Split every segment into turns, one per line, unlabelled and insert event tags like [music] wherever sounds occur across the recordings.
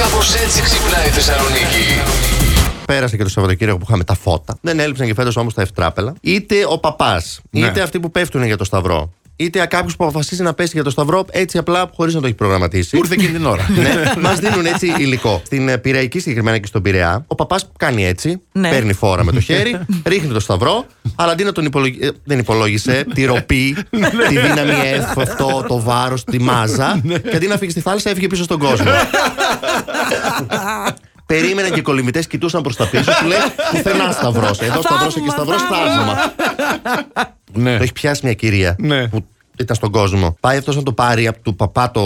Κάπως έτσι ξυπνάει η Θεσσαλονίκη.
Πέρασε και το Σαββατοκύριακο που είχαμε τα φώτα. Δεν έλειψαν και φέτος όμως τα ευτράπελα. Είτε ο παπάς,
Ναι.
είτε αυτοί που πέφτουν για το Σταυρό, είτε κάποιος που αποφασίζει να πέσει για το Σταυρό έτσι απλά χωρίς να το έχει προγραμματίσει.
Ήρθε εκείνη την ώρα.
[laughs] ναι, μας δίνουν έτσι υλικό. Στην ε, Πυραϊκή συγκεκριμένα και στον Πειραιά, ο παπάς κάνει έτσι.
Ναι.
Παίρνει φόρα με το χέρι, ρίχνει το σταυρό, αλλά αντί να τον υπολογίσει. δεν
[laughs]
υπολόγισε τη ροπή,
Ναι,
τη δύναμη F, αυτό, το βάρος, τη
[laughs]
μάζα.
Ναι.
και αντί να φύγει στη θάλασσα, έφυγε πίσω στον κόσμο. Περίμεναν και οι κολυμβητές κοιτούσαν προς τα πίσω, του λέει πουθενά σταυρός. Εδώ σταυρό, εκεί
Θαύμα,
σταυρός,
θαύμα.
θαύμα.
ναι.
Το έχει πιάσει μια κυρία
Ναι.
που ήταν στον κόσμο. Πάει αυτός να το πάρει από του παπά το,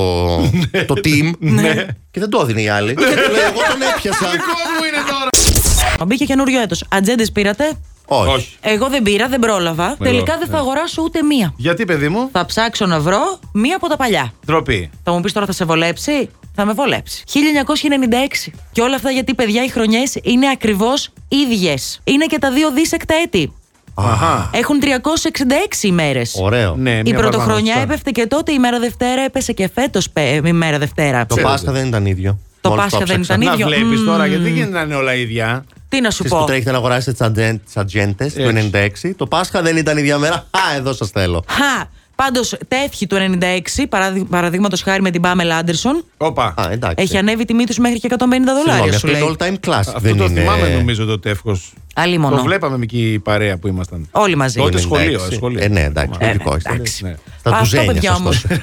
Ναι.
το team. Ναι. Και δεν το έδινε η άλλη. Και του λέει, Εγώ τον έπιασα.
Μπήκε καινούριο έτος. Ατζέντες πήρατε.
Όχι.
Όχι.
Εγώ δεν πήρα, δεν πρόλαβα. Τελικά δεν θα αγοράσω ούτε μία.
Γιατί, παιδί μου,
Θα ψάξω να βρω μία από τα παλιά.
ντροπή.
Θα μου πεις τώρα θα σε βολέψει. Θα με βολέψει. 1996. Και όλα αυτά γιατί, παιδιά, οι χρονιές είναι ακριβώς ίδιες. Είναι και τα δύο δίσεκτα έτη.
Αχα.
Έχουν 366 ημέρες.
Ωραίο.
Ναι,
Η
μια
πρωτοχρονιά
παραπάνω.
έπεφτε και τότε, η μέρα Δευτέρα έπεσε και φέτος η μέρα Δευτέρα.
Το Πάσχα δεν ήταν ίδιο.
Το
Μόλις
Πάσχα δεν
έψαξα.
ήταν
Να
ίδιο.
βλέπεις
Μμμ.
τώρα, γιατί γίνεται να είναι όλα ίδια.
Τι να σου
Εσείς που
πω.
τρέχετε να αγοράσετε τι ατζέντε του
Έτσι.
96, το Πάσχα δεν ήταν η ίδια μέρα. Α, εδώ σας θέλω.
Χα! Πάντως, τεύχη του 96, παραδείγματος χάρη με την Πάμελ Άντερσον,
Όπα.
Α, εντάξει.
έχει ανέβει η τιμή τους μέχρι και 150
Συγγνώμη,
δολάρια, σου
αυτό είναι
λέει.
all time classic.
Αυτό
δεν
το
είναι...
θυμάμαι νομίζω το τεύχος.
Άλλη
Το
μόνο.
βλέπαμε με εκεί η παρέα που ήμασταν.
Όλοι μαζί.
Τότε
96.
σχολείο, ε, σχολείο.
Ε, ναι, εντάξει,
Ε,
λογικό. είστε.
εντάξει.
Ναι.
Στα
Αυτό,
κουζένια,
παιδιά,
[laughs]
όμω.
ωστόσο.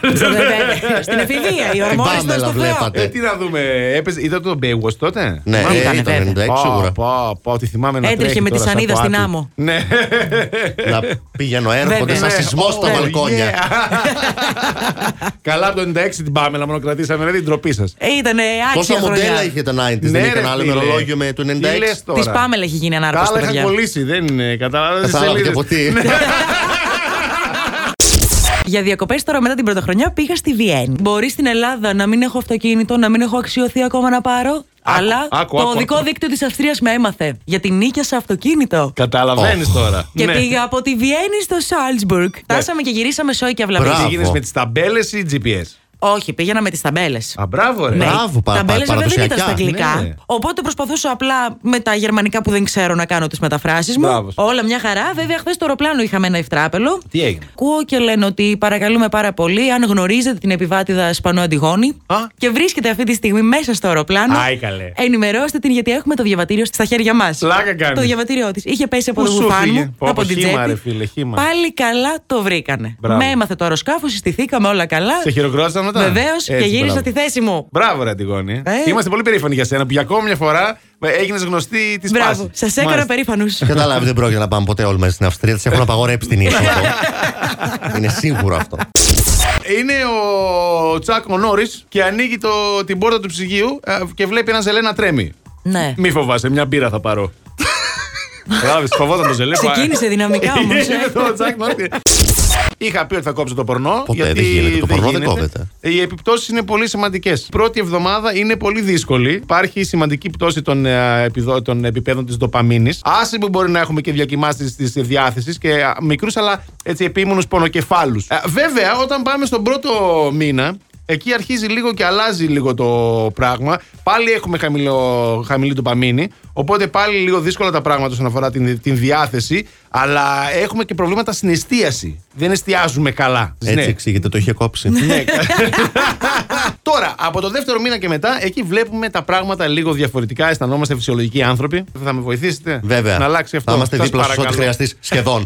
[laughs]
Στην εφηβεία, η
Την
ορμόνη
Πάμελα
στο Θεό.
βλέπατε.
Ε, τι να δούμε, έπαιζε, είδατε τον Baywatch τότε.
Ναι,
Θυμάμαι.
ε,
Ήτανε, βέβαια.
ήταν 96 σίγουρα.
Πω, πω, πω, τι θυμάμαι να
Έτρεχε
τρέχει
με τη
τώρα σαν
σανίδα
το
στην
άκρη.
άμμο.
Ναι. ε,
να πηγαίνω έρχονται
Βέβαια.
σαν
Ναι,
σεισμός στα
Oh,
μπαλκόνια. [laughs]
yeah. Ναι. Καλά από το 96 την Πάμελα, μόνο κρατήσαμε, δηλαδή ντροπή σα.
Ήταν άξια
Τόσα μοντέλα
χρονιά.
είχε τα 90s,
Ναι,
δεν είχε
ρε,
ένα άλλο
φίλε.
ημερολόγιο με το 96.
Τι λες τώρα.
Της Πάμελ έχει γίνει
Τα
ανάρκωση,
άλλα είχα
παιδιά.
κολλήσει, δεν είναι. Κατάλαβες.
Κατάλαβε και από
Ναι.
τι.
Για διακοπές τώρα μετά την πρωτοχρονιά πήγα στη Βιέννη. Μπορεί στην Ελλάδα να μην έχω αυτοκίνητο, να μην έχω αξιωθεί ακόμα να πάρω. αλλά
άκου,
το
άκου,
οδικό
άκου.
δίκτυο της Αυστρίας με έμαθε. Γιατί νίκιασα αυτοκίνητο.
Καταλαβαίνεις τώρα.
Και
Ναι.
πήγα από τη Βιέννη στο Σάλτσμπουργκ. Φτάσαμε και γυρίσαμε σόι και αυλαβή.
Μπράβο.
Πήγαινε με τις ταμπέλες ή GPS.
Όχι, πήγαινα με τις ταμπέλες.
Α, μπράβο, ρε.
Ναι,
μπράβο, πα-
τα
πα-
μπέλες βέβαια δεν ήταν στα
παραδοσιακά.
αγγλικά.
Ναι.
Οπότε προσπαθούσα απλά με τα γερμανικά που δεν ξέρω να κάνω τις μεταφράσεις μου.
Μπράβος σου.
Όλα μια χαρά. Βέβαια, χθες στο αεροπλάνο είχαμε ένα ευτράπελο.
Τι έγινε?
Ακούω και λένε ότι παρακαλούμε πάρα πολύ αν γνωρίζετε την επιβάτηδα Ισπανό Αντιγόνη
Α.
και βρίσκεται αυτή τη στιγμή μέσα στο αεροπλάνο.
Άι, καλέ.
Ενημερώστε την γιατί έχουμε το διαβατήριο στα χέρια μας.
Πλάκα κάνεις.
Το διαβατήριό της. Είχε πέσει από
Πού
το
σου
γουφάν
φύγε?
μου,
Πω,
από
πω,
την
χύμα,
τσέπη.
ρε φίλε, χύμα.
Πάλι καλά το βρήκανε.
Μπράβο.
Με έμαθε το αεροσκάφο, συστηθήκαμε όλα καλά.
Σε χειροκρότησαν μετά.
Βεβαίω και
Έτσι,
γύρισα
μπράβο.
στη θέση μου.
Μπράβο, ρε Αντιγόνη.
Ε.
Είμαστε πολύ περήφανοι για σένα που για ακόμη μια φορά έγινες γνωστή της
Μπράβο, σας έκανα περήφανου.
Καταλάβει, δεν πρόκειται να πάμε ποτέ όλοι μαζί στην Αυστρία. Τη έχουν απαγορέψει την είσοδο. Είναι σίγουρο αυτό.
Είναι ο Τσάκ ο Νόρις και ανοίγει το, την πόρτα του ψυγείου ε, και βλέπει ένα ζελένα τρέμει.
Ναι.
Μη φοβάσαι, μια μπύρα θα πάρω. Κατάλαβε, φοβόταν το ζελέ.
Ξεκίνησε δυναμικά ε.
[laughs]
όμω.
Είναι το Τζακ Νόρις. Είχα πει ότι θα κόψω το πορνό.
Ποτέ
γιατί
δεν γίνεται. Το πορνό δεν
γίνεται.
κόβεται.
Οι επιπτώσεις είναι πολύ σημαντικές. Πρώτη εβδομάδα είναι πολύ δύσκολη. Υπάρχει σημαντική πτώση των, ε, επιδο- των επιπέδων της δοπαμίνη. Άσε που μπορεί να έχουμε και διακοιμάσεις της διάθεσης και μικρούς αλλά έτσι επίμονους πονοκεφάλους. Βέβαια, όταν πάμε στον πρώτο μήνα, εκεί αρχίζει λίγο και αλλάζει λίγο το πράγμα. Πάλι έχουμε χαμηλό, χαμηλή ντοπαμίνη. Οπότε πάλι λίγο δύσκολα τα πράγματα όσον αφορά την, την διάθεση. Αλλά έχουμε και προβλήματα στην εστίαση. Δεν εστιάζουμε καλά.
Έτσι
Ναι.
εξηγείται, το είχε κόψει.
Ναι. Τώρα, από το δεύτερο μήνα και μετά, εκεί βλέπουμε τα πράγματα λίγο διαφορετικά. Αισθανόμαστε φυσιολογικοί άνθρωποι. Θα με βοηθήσετε
Βέβαια.
να αλλάξει αυτό.
Θα είμαστε
Σας
δίπλα σου ό,τι
παρακαλώ. Ναι.
χρειαστείς σχεδόν.